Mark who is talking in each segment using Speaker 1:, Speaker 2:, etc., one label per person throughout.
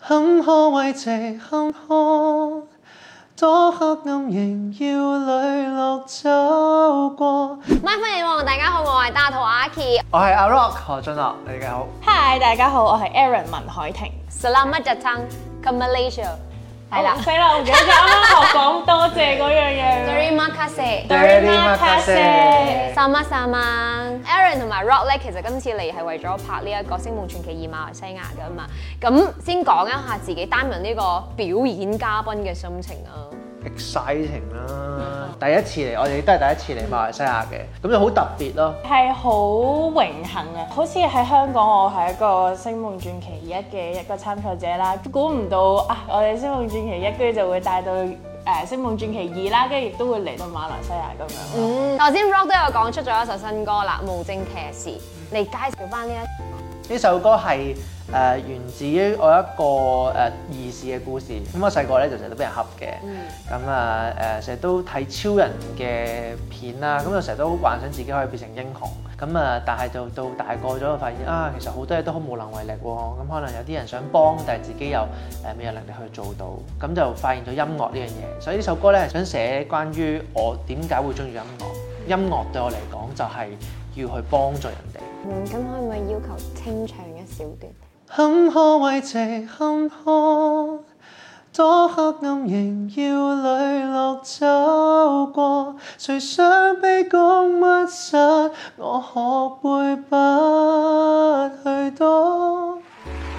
Speaker 1: 坎坷慰藉坎坷，多黑暗仍要磊落走過。
Speaker 2: My 歡迎望，大家好，我係大肚阿 Key。
Speaker 1: 我係阿 Rock 何俊樂，你哋好。
Speaker 3: Hi，大家好，我係 Aaron 文海婷。
Speaker 2: Selamat datang ke Malaysia。係啦
Speaker 3: 哦死啦，我唔記得 咗啱啱學講多謝嗰
Speaker 2: ，Terima kasih。
Speaker 3: 樣嘢。Terima kasih
Speaker 2: Sama sama。Aaron 同埋 Rock 咧，其實今次嚟係為咗拍呢一個《星夢傳奇二》馬來西亞噶嘛。咁先講一下自己擔任呢個表演嘉賓嘅心情啊。
Speaker 1: Exciting 啦！第一次嚟，我哋都係第一次嚟馬來西亞嘅，咁就好特別咯。
Speaker 3: 係好榮幸啊！好似喺香港，我係一個《星夢傳奇一》嘅一個參賽者啦。估唔到啊！我哋《星夢傳奇一》跟住就會帶到誒《星夢傳奇二》啦，跟住亦都會嚟到馬來西亞咁樣咯。
Speaker 2: 頭先 Rock 都有講出咗一首新歌啦，《無證騎士》，嚟介紹翻呢一。
Speaker 1: 呢首歌係誒、呃源自於我一個誒、呃兒時嘅故事。咁我細個咧就成日都俾人恰嘅，咁啊誒成日都睇超人嘅片啦，咁就成日都幻想自己呃可以變成英雄。咁啊，但係就到大個咗，就發現啊，其實好多嘢都好無能為力喎。咁可能有啲人想幫，但係自己又誒未有能力去做到。咁就發現咗音樂呢樣嘢，所以呢首歌咧係想寫關於我點解會中意音樂。音樂對我嚟講就係要去幫助人哋。
Speaker 2: 嗯，咁可唔可以要求清唱一小段？
Speaker 1: 坎坷慰藉坎坷，多黑暗仍要磊落走過。誰想卑躬屈膝，我學會不去躲。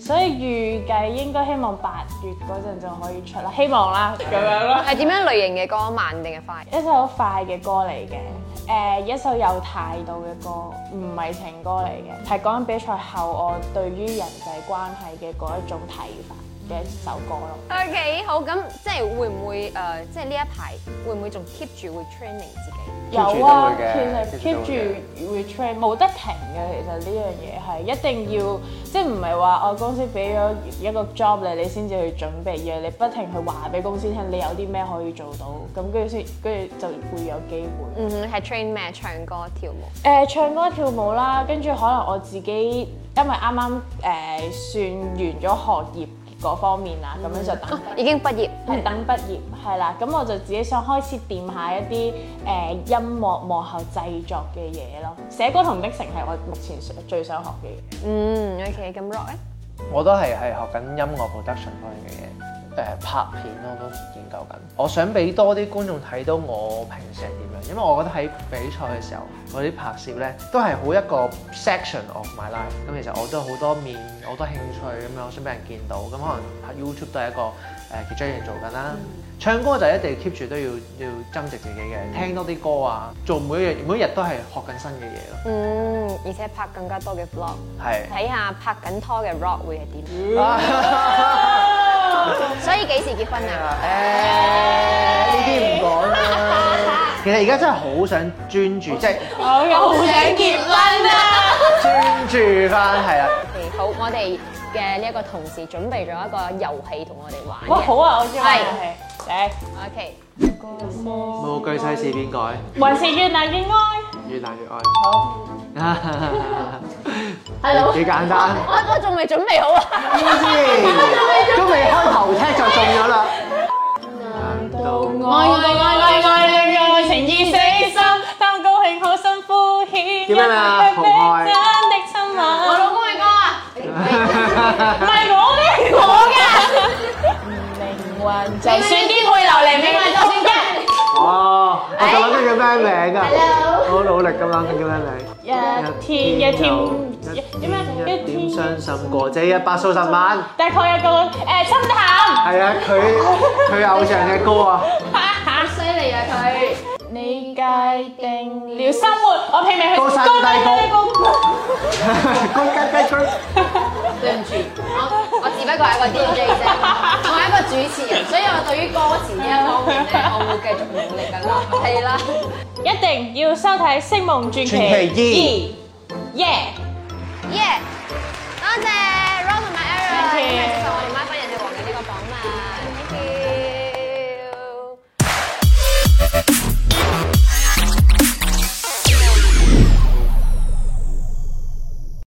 Speaker 3: 所以預計應該希望八月嗰陣就可以出啦，希望啦，咁樣啦。
Speaker 2: 係點樣類型嘅歌？慢定係快？
Speaker 3: 一首快嘅歌嚟嘅，誒、一首有態度嘅歌，唔係情歌嚟嘅，係講緊比賽後我對於人際關係嘅嗰一種睇法嘅一首歌咯。
Speaker 2: OK，好。咁即係會唔會誒、呃即係呢一排會唔會仲 keep 住會 training 自己？
Speaker 3: 有
Speaker 1: keep 住都
Speaker 3: 啊，
Speaker 1: 會
Speaker 3: 其
Speaker 1: 嘅
Speaker 3: 實
Speaker 1: keep 住
Speaker 3: keep
Speaker 1: 都
Speaker 3: 住
Speaker 1: 會嘅
Speaker 3: retrain 冇得停嘅，其實呢樣嘢係一定要，即係唔係話我公司俾咗一個 job 你，你先至去準備嘢，你不停去話俾公司聽你有啲咩可以做到，咁跟住先，跟住就會有機會。
Speaker 2: 嗯哼，係 train 咩？唱歌、跳舞。
Speaker 3: 誒、唱歌跳舞啦，跟住可能我自己因為啱啱誒算完咗學業嗰方面啦，咁樣就等。
Speaker 2: 已經畢業。
Speaker 3: 係等畢業，係啦，咁我就自己想開始掂下一啲誒、音樂幕後製作嘅嘢咯。寫歌同 mixing 係我目前最想學嘅嘢。
Speaker 2: 嗯，OK，咁 rock 咧？
Speaker 1: 我都係係學緊音樂 production 方面嘅嘢。誒、拍片我都研究緊，我想俾多啲觀眾睇到我平時係點樣，因為我覺得喺比賽嘅時候嗰啲拍攝咧都係好一個 section of my life。咁其實我都好多面，好多興趣咁樣，我想俾人見到。咁可能拍 YouTube 都係一個誒、呃、其中一樣做緊啦。唱歌就一定 keep 住都要要增值自己嘅，聽多啲歌啊，做每一日每一日都係學緊新嘅嘢咯。
Speaker 2: 嗯，而且拍更加多嘅 vlog，
Speaker 1: 係。
Speaker 2: 睇下拍緊拖嘅 rock 會係點。 所以幾時結婚
Speaker 1: 誒
Speaker 2: 啊？
Speaker 1: 呢啲唔講啦。其實而家真係好想專注，即係
Speaker 3: 我又好想結婚啊！
Speaker 1: 專注翻係啦。
Speaker 2: 好，我哋嘅呢一個同事準備咗一個遊戲同我哋玩嘅。
Speaker 3: 哇，好啊，我知
Speaker 2: 係
Speaker 3: 啦，係嚟
Speaker 2: OK，
Speaker 1: 無懼世事變改，
Speaker 3: 還是越難越愛。
Speaker 1: 越難越愛。
Speaker 3: 好，
Speaker 2: Hello
Speaker 1: 幾簡單，
Speaker 2: 我我仲未準備好啊。
Speaker 1: easy，都未開頭聽就中咗啦。難道
Speaker 3: 愛 愛愛愛愛愛愛情意死心，貪高興好辛苦險。
Speaker 1: 叫咩名啊
Speaker 3: 一
Speaker 1: 紅愛
Speaker 3: 真的親吻。我
Speaker 2: 公嘅歌啊，
Speaker 3: 唔係我嘅，我嘅。命運就算顛沛流離，命運就算一。
Speaker 1: 哦，我就諗緊叫咩名啊？我好努力咁諗緊叫咩名。
Speaker 3: 一天一天一咩
Speaker 1: 一
Speaker 3: 一
Speaker 1: 點
Speaker 3: 天，
Speaker 1: 傷心過，這一百數十萬。
Speaker 3: 大概有個呃誒深談。
Speaker 1: 係啊，佢佢偶像嘅歌啊。
Speaker 2: 犀利啊佢。
Speaker 3: 你界定了生活，我拼命去
Speaker 1: 高山低谷
Speaker 3: 高。
Speaker 1: 高雞雞區。
Speaker 2: 對唔住，我我自
Speaker 4: 只不過係一個 DJ 啫，我係一個主持人，所以我對於歌詞呢一方面咧，我會繼續努力㗎啦。係啦，
Speaker 3: 一定要收睇《星夢傳奇
Speaker 1: 傳奇
Speaker 3: 二》，yeah！
Speaker 2: 耶！多謝 Rob 同埋 Aaron，
Speaker 3: Thank
Speaker 2: 因
Speaker 3: you
Speaker 2: 為接受我哋 My 班人哋王嘅呢個訪問，thank you。